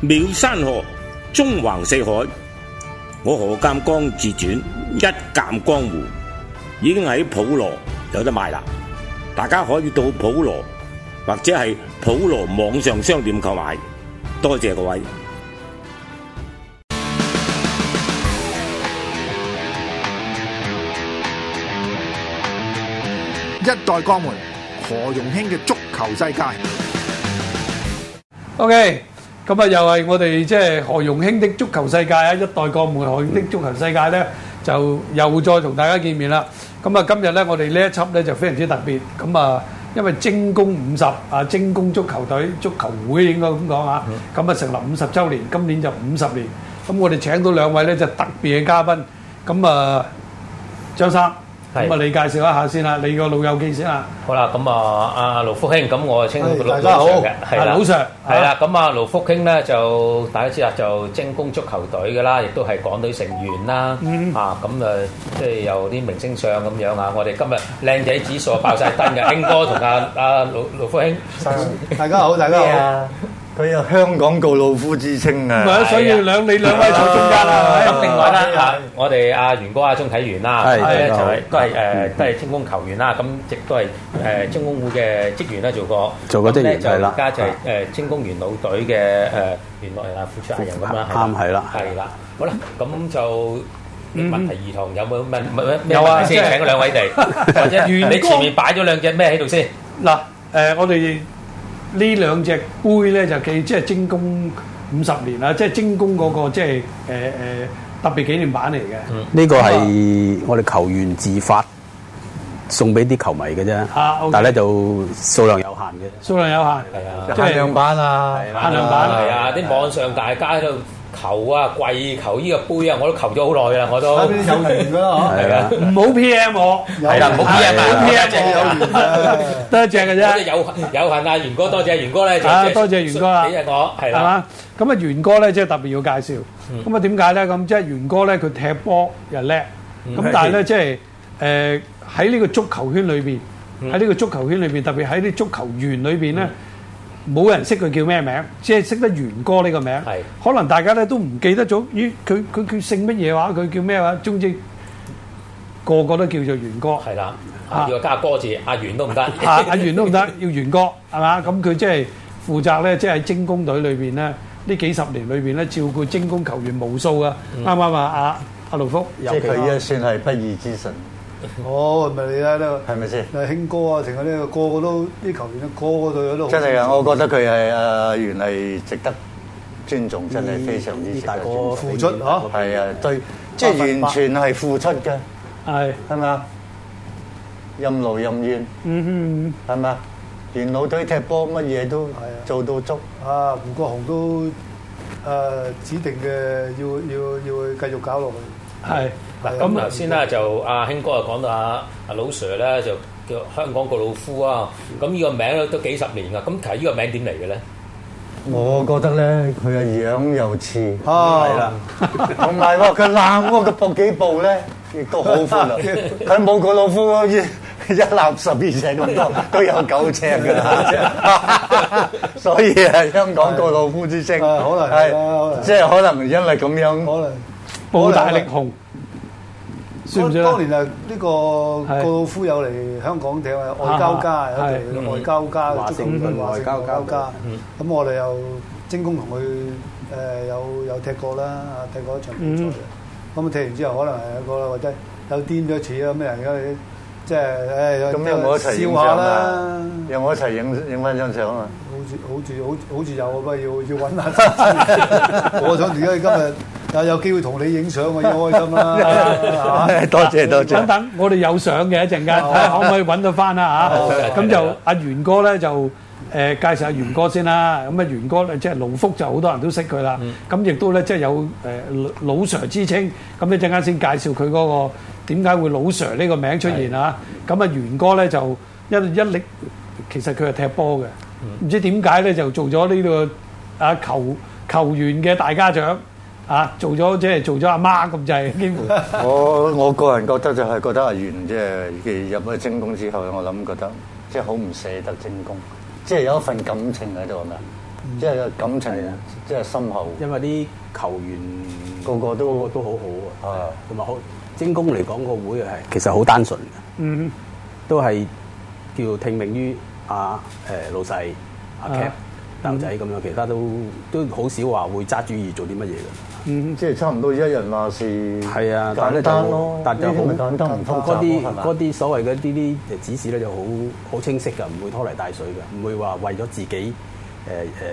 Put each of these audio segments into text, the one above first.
妙山河，中橫四海。我何鑑江自傳一鑑江湖已經喺普羅有得賣啦，大家可以到普羅或者係普羅網上商店購買。多謝各位。一代江門何容興嘅足球世界。 OK，咁啊又係我哋即係何容興的足球世界啊！一代鋼門何容興的足球世界咧，就又再同大家見面啦。咁啊，今日咧我哋呢一輯咧就非常之特別。咁啊，因為精工五十啊，精工足球隊、足球會應該咁講啊。咁啊，成立五十週年，今年就五十年。咁我哋請到兩位咧就特別嘅嘉賓。咁啊，張生，係咁啊，你介紹一下先啦，你個老友記先啦。好啦，咁啊，阿盧福興，咁我稱佢係老大家好老 Sir 嘅，係啊啦，老 Sir，係啦，咁啊，盧福興咧就大家知啦，就精工足球隊嘅啦，亦都係港隊成員啦，啊，咁誒，即係有啲明星相咁樣啊，我哋今日靚仔指數爆晒燈嘅，興哥同阿阿盧盧福興，大家好，大家咩好啊。佢有香港告老夫之稱唔係啊，啊！所以係啊兩你兩位坐中間啦，係咪咁另外啦係，啊，我哋阿袁哥阿鐘啟源啦，係咁咧就大家好係都係誒都係精工球員啦，咁亦都係誒精工會嘅職員啦，做過做過職咁員呢就係啦而家就係誒精工元老隊嘅誒聯絡人啊、負責人咁啦，啦啱係啦係啦，好啦，咁就。問題兒童有冇問問問咩有啊問題先？即係請嗰兩位嚟，或者袁你哥前面擺咗兩隻咩喺度先？嗱，誒、我哋呢兩隻杯咧就記即係精工五十年啦，即係精工嗰、個即係誒誒特別紀念版嚟嘅。呢個係啊我哋球員自發送俾啲球迷嘅啫，啊，OK 但係咧就數量有限嘅。數量有限，係啊。即係兩版啊，限量版係啊！啲網上大家喺度求啊，跪求呢個杯啊，我都求咗好耐啦，我都有緣噶啊啦，係啊啦，唔好 PM 我，係啦，唔好 P M 唔啊，好多 PM 謝我，有緣啊！得一隻嘅啫。多謝有有幸啊，袁哥，多謝袁哥咧，就啊即係多謝袁哥啊俾日我係係啦，嘛？咁啊，元哥咧即係特別要介紹。咁啊，點解咧？咁即係元哥咧，佢踢波又叻。咁但係咧，即係誒喺呢個足球圈裏邊，喺呢個足球圈裏邊，特別喺啲足球員裏邊咧，冇人識佢叫咩名，只係識得元哥呢個名係。可能大家咧都唔記得咗，咦？佢佢佢姓乜嘢話？佢叫咩話？總之個個都叫做元哥。係啦，啊啊要加哥字，阿袁都唔得，啊阿袁都唔得，要袁哥係嘛？咁佢即係負責咧，即係喺精工隊裏邊咧，呢幾十年裏邊咧，照顧精工球員無數啊！啱唔啱啊？阿阿盧福，即係佢啊，算係不義之神，哦，咪你啦，呢係咪先？個興哥啊，成個呢個個個都啲球員啊，個個隊友都好真係啊！我覺得佢係啊，原係值得尊重，真嗯係非常之值大得哥尊重。付出嚇，係啊，對，即係完全係付出嘅，係係咪啊？任勞任怨，嗯係咪啊？元老隊踢波乜嘢都做到足，啊胡國雄都誒指定嘅要要要繼續搞落去。哼係嗱 咁啊頭先咧就阿興哥又講到阿阿老 Sir 咧就叫香港個老夫啊，咁呢個名咧都幾十年噶，咁其實呢個名點嚟嘅咧？我覺得咧佢嘅樣又似。啊，係啦，同埋喎，佢攬嗰個搏幾步咧，亦都好寬 啊！佢冇個老夫嗰啲一攬十二尺咁多，都有九尺㗎 啦。所以係香港個老夫之稱，係啊可能係啦可能即係可能因為咁樣，可能布大力雄，算唔算當啊？年啊，呢個係高夫有嚟香港踢啊，外交家有一隊外交家嘅足球隊，華盛頓外交家。咁我哋又精工同佢誒有有踢過啦，啊踢過一場比賽嘅。咁踢完之後，可能係有個或者有癲咗似啊咩人嘅，即係誒咁有冇一齊影笑下相啦啊？。有冇一齊影影翻張相啊？好似好似好似好似有啊，不過要要揾下。 我想而家今日啊有有機會同你影相，我要開 心啦。 啊係嘛多謝多等謝。等，我哋有相嘅一陣間，睇下可唔可以揾到翻啦啊嚇。咁就阿袁哥咧就誒介紹下袁哥先啦。咁啊袁哥咧即係盧福就好多人都識佢啦。嗯咁亦都咧即係有誒老 Sir 之稱。咁你陣間先介紹佢嗰個點解會老 Sir 呢個名出現啊？咁啊袁哥咧就一一力其實佢係踢波嘅，嗯唔知點解咧就做咗呢個啊球球員嘅大家長。啊！做咗即係做咗阿媽咁滯，幾 乎我我個人覺得就係覺得阿袁即係入咗精工之後，我諗覺得即係好唔捨得精工，即係有一份感情喺度係咪啊？即係感啊情即係深厚，因為啲球員個個都個都好好啊啊，同埋好精工嚟講個會係其實好單純嘅。嗯，都係叫聽命於阿誒老細阿啊 Cap 男仔咁樣，其他都都好少話會揸主意做啲乜嘢嘅。嗯即係差唔多一人話事，係啊但係簡咧單咯，但就呢啲咪好簡單唔複雜嗰啲咯係咪啊嗰啲所謂嘅呢啲指示咧就好好清晰㗎，唔會拖泥帶水㗎，唔會話為咗自己誒誒誒誒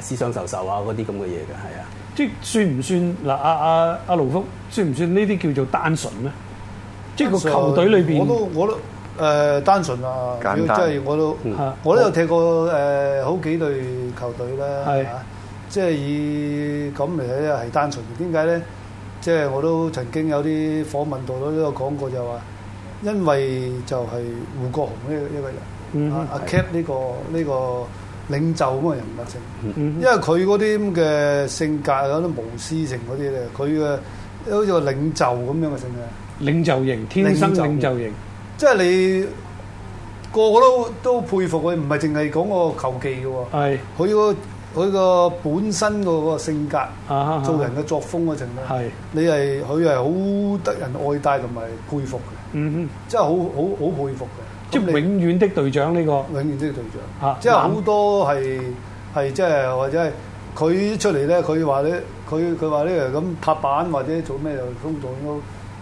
思想受受啊嗰啲咁嘅嘢㗎，係啊。即係算唔算嗱？阿阿阿盧福算唔算呢啲叫做單純咧？即係個球隊裏我邊都我都誒單純啊，簡單嗯如果真係我都嚇我都有踢過誒好幾隊球隊啦，係嚇即係以咁嚟睇係單純。點解咧？即係我都曾經有啲訪問度都有講過就話，因為就係胡國雄呢一個人，嗯啊阿 Cap 呢個呢個領袖咁嘅人物性。嗯因為佢嗰啲咁嘅性格有啲無私性嗰啲咧，佢嘅好似個領袖咁樣嘅性格，領袖型，天生領袖型，即係你個個都都佩服佢，唔係淨係講個球技嘅喎，係佢個佢個本身個個性格、啊，做人嘅作風嗰陣咧，係你係佢係好得人愛戴同埋佩服嘅，嗯哼，真係好好好佩服嘅。即係咁你永遠的隊長呢個永遠都係隊長，啊即係好多係係即係或者係佢出嚟咧，佢話咧，佢佢話咧咁拍板或者做咩就通道都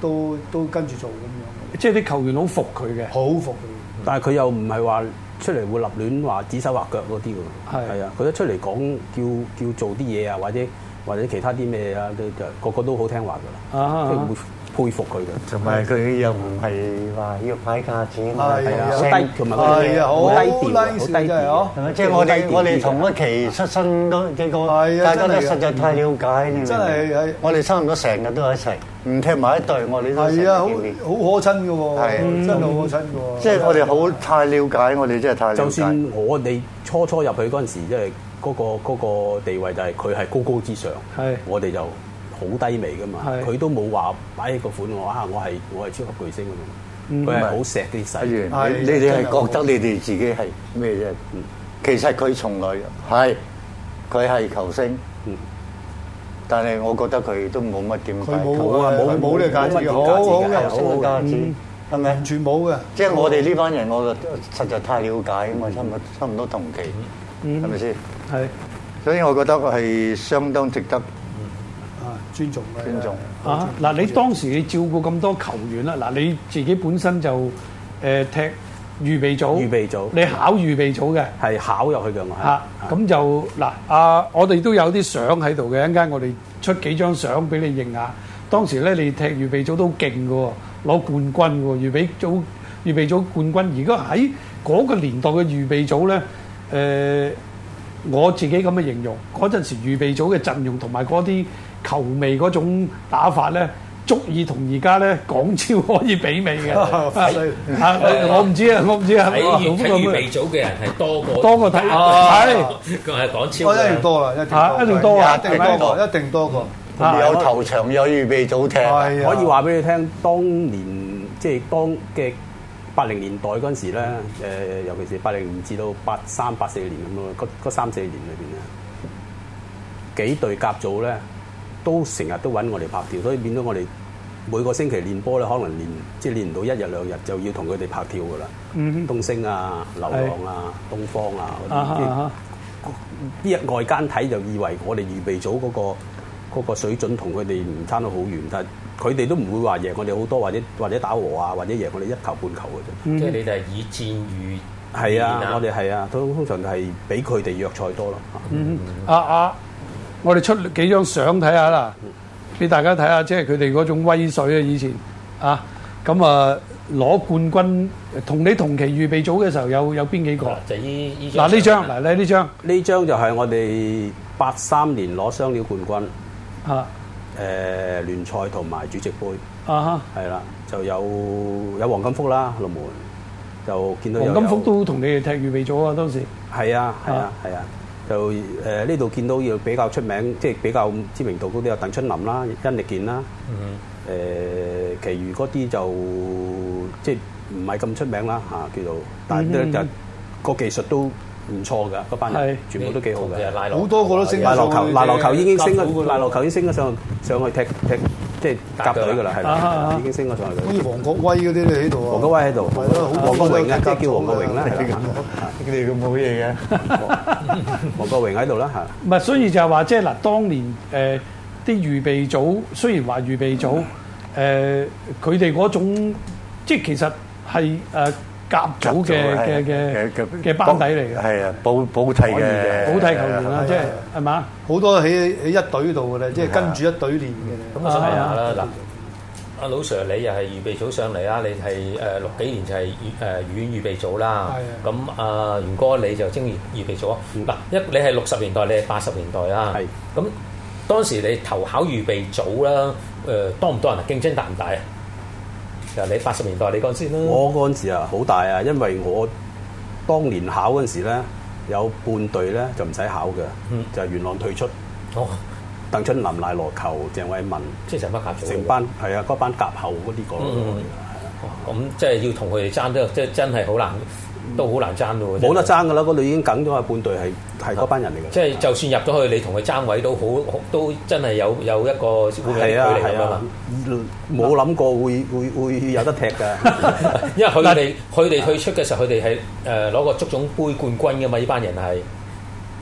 都都跟住做咁即係啲球員好服佢嘅樣，，好服佢。但係佢又唔係話出嚟會立亂話指手畫腳嗰啲喎，係係啊，佢一出嚟講叫叫做啲嘢啊，或者或者其他啲咩啊，都就個個都好聽話㗎啊啊啦，啊即係會佩服佢嘅。同埋佢又唔係話要擺價錢，係係啊，有好低同埋佢係哋啊好低調啊，好 nice 好低真係調哦啊，係咪？即係我好哋低調我哋嘅同一期出身都幾個，係啊大家都真係㗎實在太了解，你明唔明真係係我哋差唔多成日都喺一齊，唔踢埋一隊，我哋都成日係啊，好見面好可親嘅係喎，真係好可親嘅喎。即係我哋好太了解，我哋真係太了解。就算我哋初初入去嗰陣時，即係嗰個嗰個地位就係佢係高高之上係，我哋就好低微噶嘛係。佢都冇話擺起個款我啊，我係我係超級巨星咁樣，佢係好錫啲阿細。源，係你你哋真係係覺得你哋自己係咩啫？其實佢從來係佢係球星嗯，但係我覺得佢都冇乜點佢冇球啊啊，冇冇呢個冇價乜值，點好價值好嘅嘅球星嘅價值係咪完？全冇嘅。即係我哋呢班人，我實在太了解，我差唔多差唔多同期，係咪先？係所以我覺得係相當值得啊，尊重嘅尊重。啊嗱，你當時你照顧咁多球員啦，嗱你自己本身就誒踢預備組，預備組你考預備組嘅。係考入去嘅我係啊，咁就嗱啊，我哋都有啲相喺度嘅，一陣間我哋出幾張相俾你認下。當時咧，你踢預備組都好勁嘅喎，攞冠軍嘅喎，預備組預備組冠軍。如果喺嗰個年代嘅預備組咧，誒、我自己咁嘅形容，嗰陣時預備組嘅陣容同埋嗰啲球味嗰種打法咧。足以同而家咧港超可以媲美 嘅，啊我唔知啊，我唔知啊，喺老粵夫咁睇預樣備組嘅人係多過多過睇 係哦佢係講超我一嘅定。多啦，一定啊一定多啊一定多過，一定多過。啊有頭場有預備組踢，係啊可以話俾你聽，當年即係當嘅八零年代嗰陣時咧，誒、尤其是八零年至到八三八四年咁咯，嗰嗰三四年裏邊咧，幾隊甲組咧都成日都揾我哋拍跳，所以變咗我哋每個星期練波咧，可能練即係練唔到一日兩日就要同佢哋拍跳噶啦。嗯東星啊、流浪啊、東方啊哼，啊嗰啲哈即啊係哈。啲人外間睇就以為我哋預備組嗰、個嗰個水準同佢哋唔差得好遠，但係佢哋都唔會話贏我哋好多，或者或者打和啊，或者贏我哋一球半球嘅嗯即係你哋係以戰喻啫。係啊言，我哋係啊，通通常係比佢哋弱賽多咯。嗯啊啊！我哋出幾張相睇下啦，俾大家睇下，即係佢哋嗰種威水啊！以前啊，咁啊攞冠軍，同你同期預備組嘅時候有有邊幾個？就依依啊嗱呢張，嗱你呢張呢張就係我哋八三年攞雙料冠軍，誒、啊聯賽同埋主席杯，啊哈！係啦，就有有黃金福啦，龍門就見到有黃金福都同你哋踢預備組啊，當時係啊，係啊啊，係啊。就誒呢度見到要比較出名，即係比較知名度高啲有鄧春林啦、殷力健啦。誒、其餘嗰啲就即係唔係咁出名啦嚇、叫做，但係咧就個技術都唔錯㗎，嗰班人係全部都幾好嘅。拉好多個都升賴落球，賴落球已經升夾到咗，㗎啦賴落球已經升咗上上去踢踢，即係夾隊㗎啦，係啊啊啦啊，已經升咗上去好㗎。似黃國威嗰啲都喺度啊。黃國威喺度，係咯，好黃國榮啊，即係叫黃國榮啦，係啦你哋咁冇嘢嘅。黃國榮喺度啦嚇。唔係，所以就係話即係嗱，當年誒啲預備組雖然話預備組誒，佢哋嗰種即係其實係誒甲組嘅嘅嘅嘅班底嚟嘅，係啊，補補替嘅，好睇球啊員啦，即係係嘛？好多喺喺一隊度嘅咧，即係跟住一隊練嘅。咁啊，想問下啦，嗯嗱，阿老 Sir 你又係預備組上嚟啊啦，你係誒六幾年就係誒語言預備組啦。啊係咁阿袁哥你就精預預備組啊。嗱，一你係六十年代，你係八十年代啦。嗯係。咁當時你投考預備組啦，誒多唔多人啊？競爭大唔大啊？就你八十年代你講先啦。我嗰陣時啊，好大啊，因為我當年考嗰陣時咧，有半隊咧就唔使考嗯嘅，就係元朗退出，哦，鄧春林、賴羅球、鄭偉文，即係成班甲組。成班係啊，嗰班夾後嗰啲嗯。嗯嗯個。咁即係要同佢哋爭都即係真係好難，都好難爭到喎。冇得真係爭㗎啦，嗰度已經梗咗啊，半隊係係嗰班人嚟㗎。即係就算入咗去，你同佢爭位都好，好都真係有有一個會有距係啊離咁係樣啊啦。，冇諗過會會會有得踢㗎。因為佢哋佢哋退出嘅時候，佢哋係誒攞個足總杯冠軍嘅嘛，呢班人係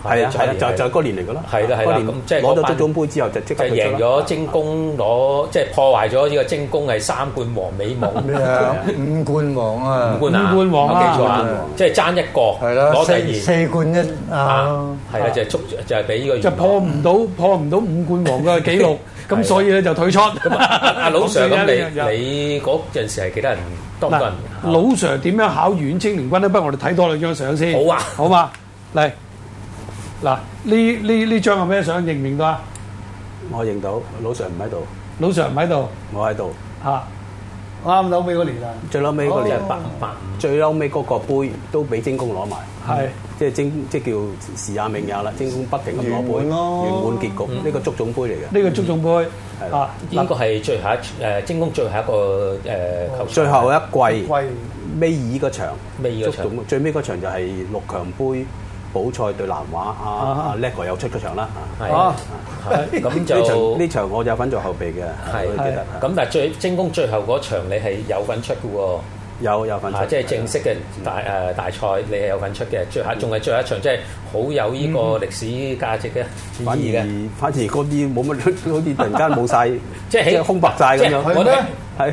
係啊係啊，就就 係係嗰年嚟㗎啦。係啦係啦嗰年咁即係攞嗰咗班足總杯之後就就即刻係退出贏啦咗精工攞，即係破壞咗呢個精工係三冠王美夢。咩啊？五冠王啊，冠啊，五冠王啊我記錯啊，即係爭一個係啦，攞四第四冠一二啊啊，，係啊，就係足就係俾呢個就元朗破唔到破唔到五冠王嘅紀錄，咁所以咧就退出。啊阿阿老 Sir 咁你你嗰陣時係幾多人？多唔多嗱人？，老 Sir 點樣考縣青年軍咧？不如我哋睇多兩張相先。好啊好嘛，嚟嗱呢呢呢張係咩相？認唔認到啊？我認到老 Sir 唔喺度，老 Sir 唔喺度啊我喺度。嚇，啱扭尾嗰年啊，最嬲尾嗰哦即年係，八八五。最嬲尾嗰個杯都俾精工攞埋，係即係精即係叫時也命也啦。精工不停咁攞杯，圓滿咯圓滿結嗯局。呢個足總杯嚟嘅，呢個足總杯係啊，應該嗯係最後一誒精工最後一個誒球賽最後一季貴尾二嗰場，尾二嗰場足總最尾嗰場就係六強杯補賽對南華，阿啊阿叻哥有出嗰場啦。啊係啊啊，係咁呢就場呢場我有份做後備嘅，係我記得咁，但係最精工最後嗰場你係有份出嘅有有份喎，啊做，即係正式嘅大誒大賽你係有份出嘅，最後仲係最後一場，即係好有呢個歷史價值嘅反意義嘅，而反而嗰啲冇乜， 好似突然間冇晒， 即係起空白晒咁即係樣。係我咩哋？係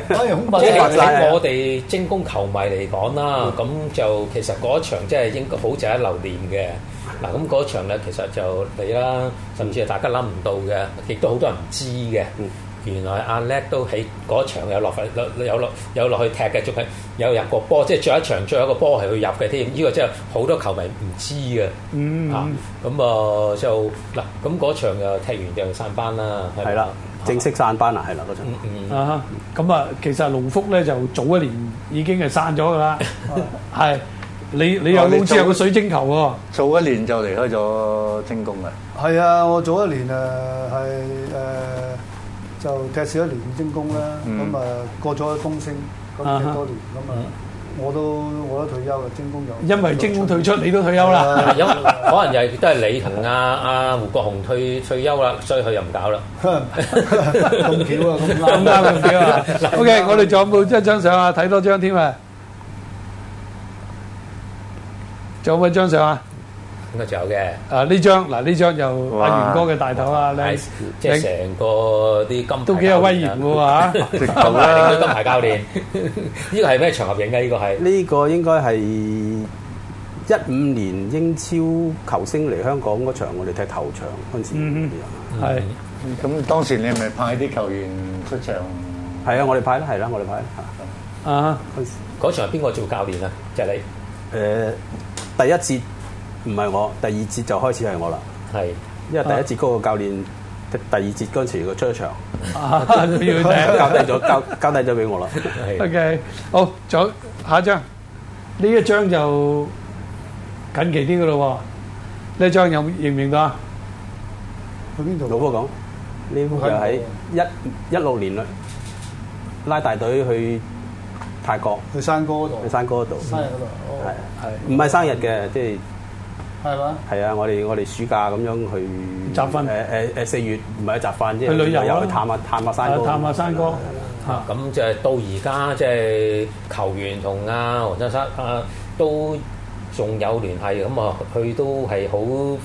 反而空白即係白晒喺啊嗯我哋精工球迷嚟講啦，咁就其實嗰場真係應該好值得留念嘅。嗱，咁嗰場咧其實就你啦，甚至係大家諗唔到嘅，亦都好多人唔知嘅。嗯原來阿叻都喺嗰場有落份有落有落去踢嘅，仲係有入過波，即係最後一場最後一個波係佢入嘅添。呢、個真係好多球迷唔知嘅。嗯啊，咁啊就嗱，咁嗰場就踢完就散班啦。咪係啦，正式散班啦，係啦嗰陣。嗯嗯。啊，咁啊，其實農福咧就早一年已經係散咗㗎 啦，係你你有哦你好似早有個水晶球喎。早一年就離開咗精工啦。 係啊！我早一年誒啊係誒就踢少一年精工啦，嗯咁啊過咗風聲，咁啊踢哈多年咁啊，我都我都退休啦，精工又因為精工退出，你都退休 啦。啊因可能又係都係你同阿阿胡國雄退退休啦，所以佢又唔搞啦。 咁巧啊，咁咁啱啱咁巧啊！OK，我哋仲有冇一張相啊？睇多張添啊！仲有冇一張相啊？應該仲有嘅，啊呢張嗱呢張就哇阿元哥嘅大頭啊，係靚即係成個啲金牌都幾有威嚴喎。喎嚇！直金頭牌領隊啦，金 牌教練，呢個係咩場合影嘅？呢個係呢個應該係一五年英超球星嚟香港嗰場，我哋踢頭場嗰啊陣時。嗯係咁當時你咪派啲球員出場，係啊，我哋派啦，係啦，我哋派啦。 啊嗰場係邊個做教練啊？就係你誒，第一節唔係我，第二節就開始係我啦，係因為第一節嗰個教練。第二節嗰陣時，佢出咗場，啊！都要交頂。低咗，交交低咗俾我啦。係 OK，好，仲有下一張。呢一張就近期啲嘅咯喎。呢一張有認唔認到啊？去邊老度？波講，呢幅就喺一一六年啦，拉大隊去泰國去山哥嗰度去，山哥嗰度，山嗰度。哦係唔係生日嘅，即係係嘛？係啊，我哋我哋暑假咁樣去集訓誒誒誒四月唔係集訓，即係去旅遊啦去探下探下山高，探下山哥嚇。咁就係到而家即係球員同阿黃振生啊都仲有聯繫，咁啊佢都係好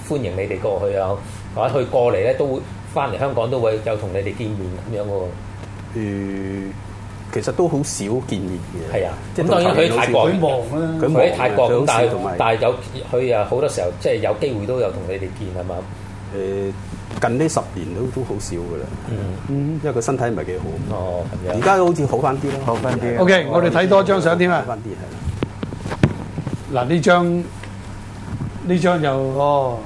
歡迎你哋過去啊，或者佢過嚟咧都會翻嚟香港都會有同你哋見面咁樣喎。誒其實都好少見面嘅，係啊即係咁當然佢同球員好泰少國佢忙啦，佢佢喺泰國咁，忙但嘅係佢好少但係有佢啊好多時候即係有機會都有同你哋見啊係嘛？誒近呢十年都都好少噶啦，嗯因為佢身體唔係幾好，嗯哦咁而樣。家好似好翻啲啦，好翻啲 OK，我哋睇多張相添啊好！翻啲係嗱，呢張呢張又哦，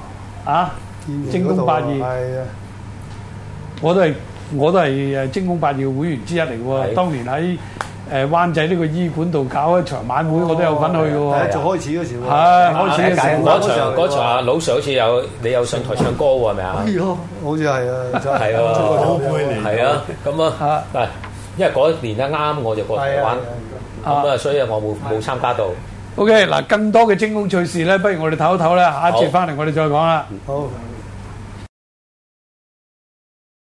啊，精工八二，係啊，我都係我都係誒精工八二嘅會員之一嚟喎。係當年喺誒灣仔呢個醫館度搞一場晚哦會，我都有份去嘅第一喎。做啊開始嗰時喎，係開始嘅時候嗰場嗰場啊，老 Sir 好似有你有上台唱歌喎，係咪啊哎？呦好似 係啊，真係啊好背嚟係啊，咁啊啊，嗱，因為嗰一年咧啱我就過台係啊灣，咁啊，所以我冇冇參加到。 OK，嗱，更多嘅精工趣事咧，不如我哋唞一唞啦，下一好節翻嚟我哋再講啦。啊好。